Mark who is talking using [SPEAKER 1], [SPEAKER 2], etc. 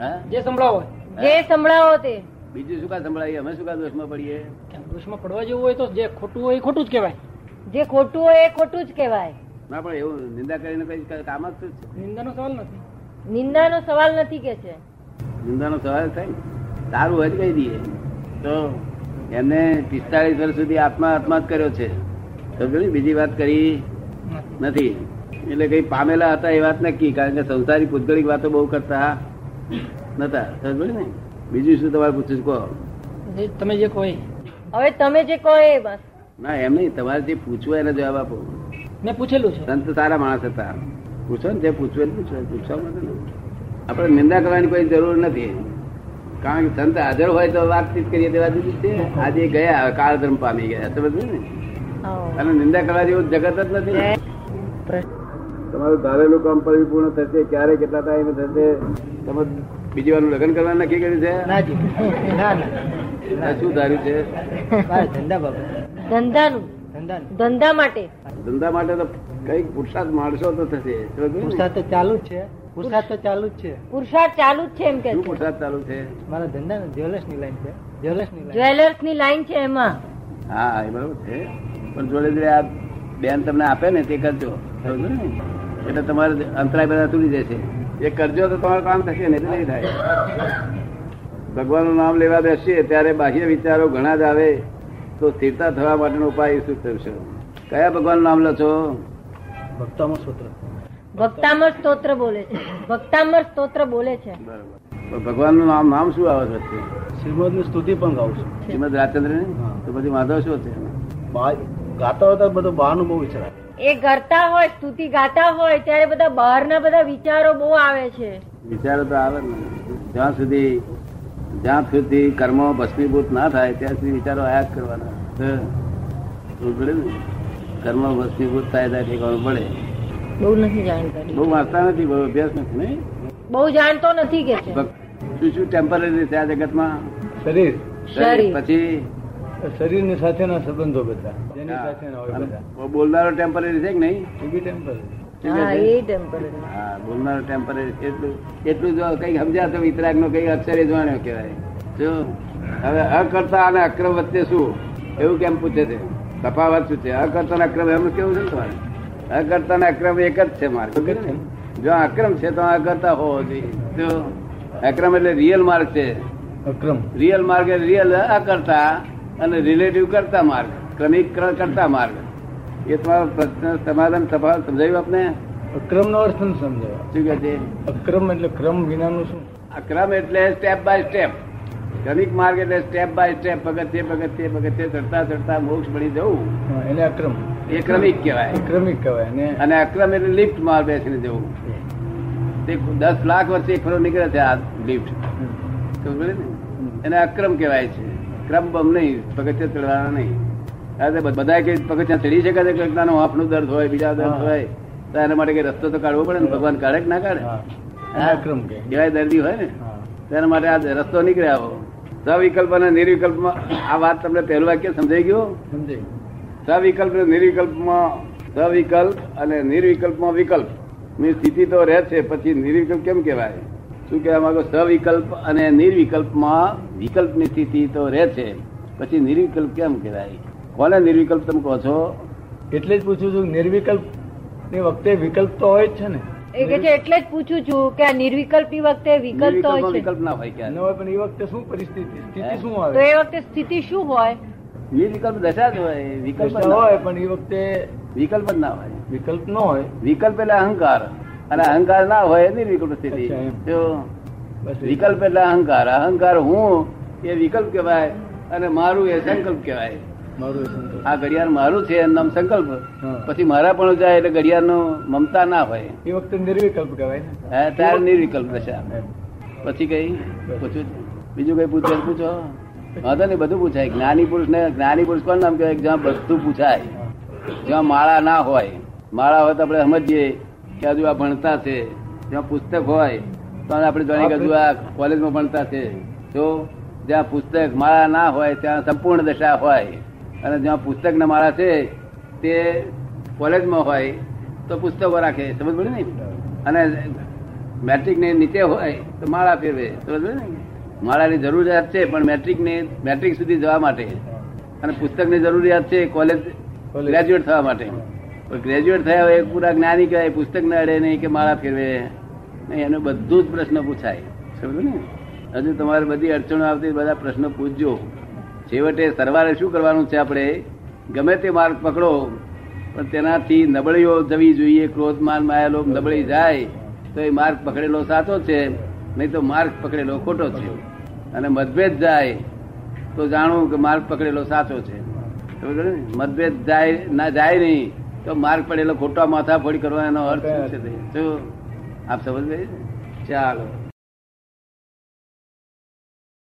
[SPEAKER 1] હે
[SPEAKER 2] જે સંભળાવો
[SPEAKER 3] જે સંભળાવો તે
[SPEAKER 1] બીજું શું કા સંભળાવીએ અમે શું કા દોષમાં પડીએ
[SPEAKER 2] કેમ દોષમાં પડવા જેવું હોય તો જે ખોટું હોય એ ખોટું જ કહેવાય
[SPEAKER 3] જે ખોટું હોય એ ખોટું જ કહેવાય
[SPEAKER 1] ના પણ એવું નિંદા કરીને કઈ કામ જ શું છે
[SPEAKER 2] નિંદાનો સવાલ નથી
[SPEAKER 3] નિંદાનો સવાલ નથી કે છે
[SPEAKER 1] નિંદાનો સવાલ થાય ને. સારું હોય તો કહી દઈએ તો એમને પિસ્તાળીસ વર્ષ સુધી આત્મા આત્મા જ કર્યો છે સમજો ને? બીજી વાત કરી નથી એટલે કઈ પામેલા હતા એ વાત નક્કી કારણ કે સંસારી પૂતગળિક વાતો બહુ કરતા નતા સમજો ને બીજું શું તમારે પૂછ્યું છે કહો
[SPEAKER 2] જે તમે જે કહો એ.
[SPEAKER 3] હવે તમે જે કહો એ બસ
[SPEAKER 1] ના એમ નહીં તમારે જે પૂછવું એને જવાબ આપો
[SPEAKER 2] મેં પૂછેલું છે
[SPEAKER 1] સંત સારા માણસ હતા પૂછો ને જે પૂછવે પૂછો પૂછવા માટે ને આપણે નિંદા કરવાની કોઈ જરૂર નથી કારણ કે સંત હાજર હોય તો વાતચીત કરીએ તેવા જુદી છે આજે ગયા હવે કાળધર્મ પામી ગયા સમજ ને
[SPEAKER 3] હા.
[SPEAKER 1] અને નિંદા કરવા જેવું જગત જ નથી ને.
[SPEAKER 3] પ્રશ્ન-
[SPEAKER 1] તમારું ધારેલું કામ પરિપૂર્ણ થશે ક્યારે કેટલા ટાઈમે થશે તમે બીજી વાર લગ્ન કરવાનું નક્કી કર્યું છે
[SPEAKER 4] ના જી ના ના
[SPEAKER 1] આ શું ધાર્યું છે
[SPEAKER 4] મારા ધંધા બાબત
[SPEAKER 3] ધંધાનું
[SPEAKER 4] ધંધા નહીં.
[SPEAKER 3] ધંધા માટે
[SPEAKER 1] ધંધા માટે તો કઈક પુરુષાર્થ માણસો તો થશે સમજ ને?
[SPEAKER 4] પુરસાદ તો ચાલુ જ છે પુરસાદ તો ચાલુ જ છે
[SPEAKER 3] પુરુષાર્થ ચાલુ જ છે એમ કે
[SPEAKER 1] શું
[SPEAKER 3] છે
[SPEAKER 1] પુરુષાર્થ ચાલુ છે
[SPEAKER 4] મારા ધંધા ને જ્વેલર્સ ની લાઈન છે જ્વેલર્સ ની લાઈન
[SPEAKER 3] જ્વેલર્સ ની લાઈન છે એમાં
[SPEAKER 1] હા એ બરોબર છે પણ જોડે જોડે આ બેન તમને આપે ને તે કરજો સમજો ને? એટલે તમારે અંતરાય બધા તૂટી જશે એ કરજો તો તમારું કામ થશે ને એટલે નહીં થાય ભગવાનનું નામ લેવા બેસીએ ત્યારે બાહ્ય વિચારો ઘણા જ આવે તો સ્થિરતા થવા માટેનો ઉપાય શું કરશો કયા ભગવાનનું નામ લો છો
[SPEAKER 4] ભક્તોમાં સૂત્ર
[SPEAKER 3] ભક્તામર સ્તોત્ર બોલે છે ભક્તામર સ્તોત્ર બોલે છે
[SPEAKER 1] બરાબર પણ ભગવાનનું નામ નામ શું આવે છે
[SPEAKER 4] શ્રીમદ ની સ્તુતિ પણ ગાઉં છું
[SPEAKER 1] શ્રીમદ રાજચંદ્ર ને
[SPEAKER 4] હા.
[SPEAKER 1] તો પછી વાંધો શું છે
[SPEAKER 4] ગાતા હતા બધું બહારનું બહુ વિચાર
[SPEAKER 3] એ ગાતા હોય સ્તુતિ ગાતા હોય ત્યારે બધા બહારના બધા વિચારો બહુ આવે છે
[SPEAKER 1] વિચારો તો આવે ને જ્યાં સુધી જ્યાં સુધી કર્મો ભસ્મીભૂત ના થાય ત્યાં સુધી વિચારો આયા જ કરવાના હે. ખબર પડે ને? કર્મ ભસ્મીભૂત થાય ત્યાં ઠેકાણું પડે
[SPEAKER 3] બહુ નથી જાણકારી
[SPEAKER 1] બહુ વાંચતા નથી બહુ અભ્યાસ નથી નહીં
[SPEAKER 3] બહુ જાણતો નથી કે છે
[SPEAKER 1] ભક્ત- શું શું ટેમ્પરરી છે આ જગતમાં
[SPEAKER 4] શરીર
[SPEAKER 3] શરીર
[SPEAKER 1] પછી
[SPEAKER 4] શરીર ની સાથેના સંબંધો બધા જેની સાથેના હોય બધા
[SPEAKER 1] હા. બોલનારો ટેમ્પરરી છે કે નહીં
[SPEAKER 4] એ બી temporary.
[SPEAKER 1] શું
[SPEAKER 3] હા
[SPEAKER 1] કહે છે?
[SPEAKER 3] એ ટેમ્પરરી
[SPEAKER 1] હા બોલનારો ટેમ્પરરી એટલું એટલું જો કંઈક સમજ્યા તો વિતરાગ નો કંઈક અક્ષરે જાણ્યો કહેવાય જો હવે અકર્તા અને અક્રમ વચ્ચે શું એવું કેમ પૂછે છે તફાવત શું છે અકર્તા અને અક્રમ એમ કેવું છે ને તમારે અકર્તા અને અક્રમ એક જ છે માર્ગ જો અક્રમ છે તો અકર્તા હોવો જોઈએ જો અક્રમ એટલે રિયલ માર્ગ છે
[SPEAKER 4] અક્રમ
[SPEAKER 1] રિયલ માર્ગ એટલે રિયલ અકર્તા અને રિલેટિવ કરતા માર્ગ ક્રમિક ક્ર- કરતા માર્ગ એ તમારો પ્રશ્ન સમાધાન તફાવત સમજાયું આપને
[SPEAKER 4] અક્રમ નો અર્થ નથી સમજાયો
[SPEAKER 1] શું કહે છે
[SPEAKER 4] અક્રમ એટલે ક્રમ વિનાનું શું
[SPEAKER 1] આ ક્રમ એટલે સ્ટેપ બાય સ્ટેપ ક્રમિક માર્ગ એટલે સ્ટેપ બાય સ્ટેપ પગથિયે પગથિયે પગથિયે ચડતા ચડતા મોક્ષ મળી જવું
[SPEAKER 4] હા, એને અક્રમ
[SPEAKER 1] એ ક્રમિક કહેવાય
[SPEAKER 4] ક્રમિક કહેવાય ને
[SPEAKER 1] અને અક્રમ એટલે લિફ્ટ માં બેસીને જવું તે દસ લાખ વર્ષે એક ફરો નીકળે છે આ લિફ્ટ ખબર પડી ને એને અક્રમ કહેવાય છે ક્રમ બમ નહીં પગથિયા ચડવાના નહીં આ તો બધા કે પગથિયા ચડી શકે છે કલ્પનાનો હાફનું દર્દ હોય બીજા દર્દ
[SPEAKER 4] હા.
[SPEAKER 1] હોય તો એના માટે કઈ રસ્તો તો કાઢવો પડે ને ભગવાન કાઢે કે ના
[SPEAKER 4] હા.
[SPEAKER 1] કાઢે
[SPEAKER 4] એને અક્રમ કહે
[SPEAKER 1] એવાય દર્દી હોય ને
[SPEAKER 4] હા.
[SPEAKER 1] તેના માટે આ રસ્તો નીકળ્યા આવો સવિકલ્પ અને નિર્વિકલ્પમાં આ વાત તમને પહેલું વાક્ય સમજાઈ ગયું
[SPEAKER 4] સમજાય
[SPEAKER 1] સવિકલ્પ અને નિર્વિકલ્પમાં સવિકલ્પ અને નિર્વિકલ્પમાં વિકલ્પ ની સ્થિતિ તો રહે છે પછી નિર્વિકલ્પ કેમ કહેવાય શું કહેવા માંગો સવિકલ્પ અને નિર્વિકલ્પમાં વિકલ્પની સ્થિતિ તો રહે છે પછી નિર્વિકલ્પ કેમ કહેવાય કોને નિર્વિકલ્પ તમે કહો છો
[SPEAKER 4] એટલે જ પૂછું છું નિર્વિકલ્પ ની વખતે વિકલ્પ તો હોય જ છે ને
[SPEAKER 3] એ કે છે એટલે જ પૂછું છું કે આ નિર્વિકલ્પ વખતે વિકલ્પ તો હોય
[SPEAKER 1] નિર્વિકલ્પમાં
[SPEAKER 3] છે
[SPEAKER 1] વિકલ્પ ના હોય
[SPEAKER 4] ન
[SPEAKER 1] ક્યારે
[SPEAKER 4] હોય પણ એ વખતે શું પરિસ્થિતિ સ્થિતિ શું
[SPEAKER 3] તો
[SPEAKER 4] આવે
[SPEAKER 3] એ વખતે સ્થિતિ શું હોય
[SPEAKER 1] નિર્વિકલ્પ દશા જ હોય વિકલ્પ જ
[SPEAKER 4] પ્રશ્ન
[SPEAKER 1] ના
[SPEAKER 4] હોય
[SPEAKER 1] હોય
[SPEAKER 4] પણ એ વખતે
[SPEAKER 1] વિકલ્પ જ ના હોય
[SPEAKER 4] વિકલ્પ ન હોય
[SPEAKER 1] વિકલ્પ એટલે અહંકાર અને અહંકાર ના હોય એ નિર્વિકલ્પ સ્થિતિ
[SPEAKER 4] અચ્છા, એમ.
[SPEAKER 1] જો
[SPEAKER 4] બસ એ.
[SPEAKER 1] વિકલ્પ એટલે અહંકાર અહંકાર હું એ વિકલ્પ કહેવાય અને મારું એ સંકલ્પ કહેવાય
[SPEAKER 4] મારું એ સંતોષ.
[SPEAKER 1] આ ઘડિયાળ મારું છે એનું નામ સંકલ્પ
[SPEAKER 4] હા.
[SPEAKER 1] પછી મારા પણ જાય એટલે ઘડિયાળનું મમતા ના હોય
[SPEAKER 4] એ વખતે નિર્વિકલ્પ કહેવાય ને
[SPEAKER 1] હે, ત્યારે નિર્વિકલ્પ દશા
[SPEAKER 4] એમ.
[SPEAKER 1] પછી કઈ પૂછું છું. બીજું કઈ પૂછે પૂછો વાંધો નહીં બધું પૂછાય જ્ઞાની પુરુષ ને જ્ઞાની પુરુષ કોણ નામ કહેવાય જ્યાં બધું પૂછાય
[SPEAKER 4] હા.
[SPEAKER 1] જ્યાં માળા ના હોય માળા હોય તો આપણે સમજીએ કે હજુ આ ભણતા છે જ્યાં પુસ્તક હોય તો આપણે જાણીએ કે હજુ આ કોલેજમાં ભણતા છે તો જ્યાં પુસ્તક માળા ના હોય ત્યાં સંપૂર્ણ દશા હોય અને જ્યાં પુસ્તક ને માળા છે તે કોલેજમાં હોય તો પુસ્તકો રાખે સમજ પડી ને અને મેટ્રિક ને નીચે હોય તો માળા ફેરવે સમજ્યો ને માળાની જરૂરિયાત છે પણ મેટ્રિક ને મેટ્રિક સુધી જવા માટે અને પુસ્તકની જરૂરિયાત છે કોલેજ
[SPEAKER 4] કોલેજ.
[SPEAKER 1] ગ્રેજ્યુએટ થવા માટે પણ ગ્રેજ્યુએટ થયા હોય એ પૂરા જ્ઞાની કહેવાય પુસ્તક ન અડે નહીં કે માળા ફેરવે નહીં એનો બધું જ પ્રશ્ન પૂછાય સમજો ને હજુ તમારે બધી અડચણો આવતી હોય બધા પ્રશ્નો પૂછજો છેવટે સરવારે શું કરવાનું છે આપણે ગમે તે માર્ગ પકડો પણ તેનાથી નબળીઓ જવી જોઈએ ક્રોધ માન માયા લોભ નબળી જાય તો એ માર્ગ પકડેલો સાચો છે નહીં તો માર્ગ પકડેલો ખોટો છે અને મતભેદ જાય તો જાણવું કે માર્ગ પકડેલો સાચો છે સમજો ને? મતભેદ જાય ના જાય નહીં તો માર્ગ પડેલો ખોટા માથાફોડી કરવાનો એનો અર્થ શું છે તે? શું? આપ સમજ ગઈ ને? ચાલો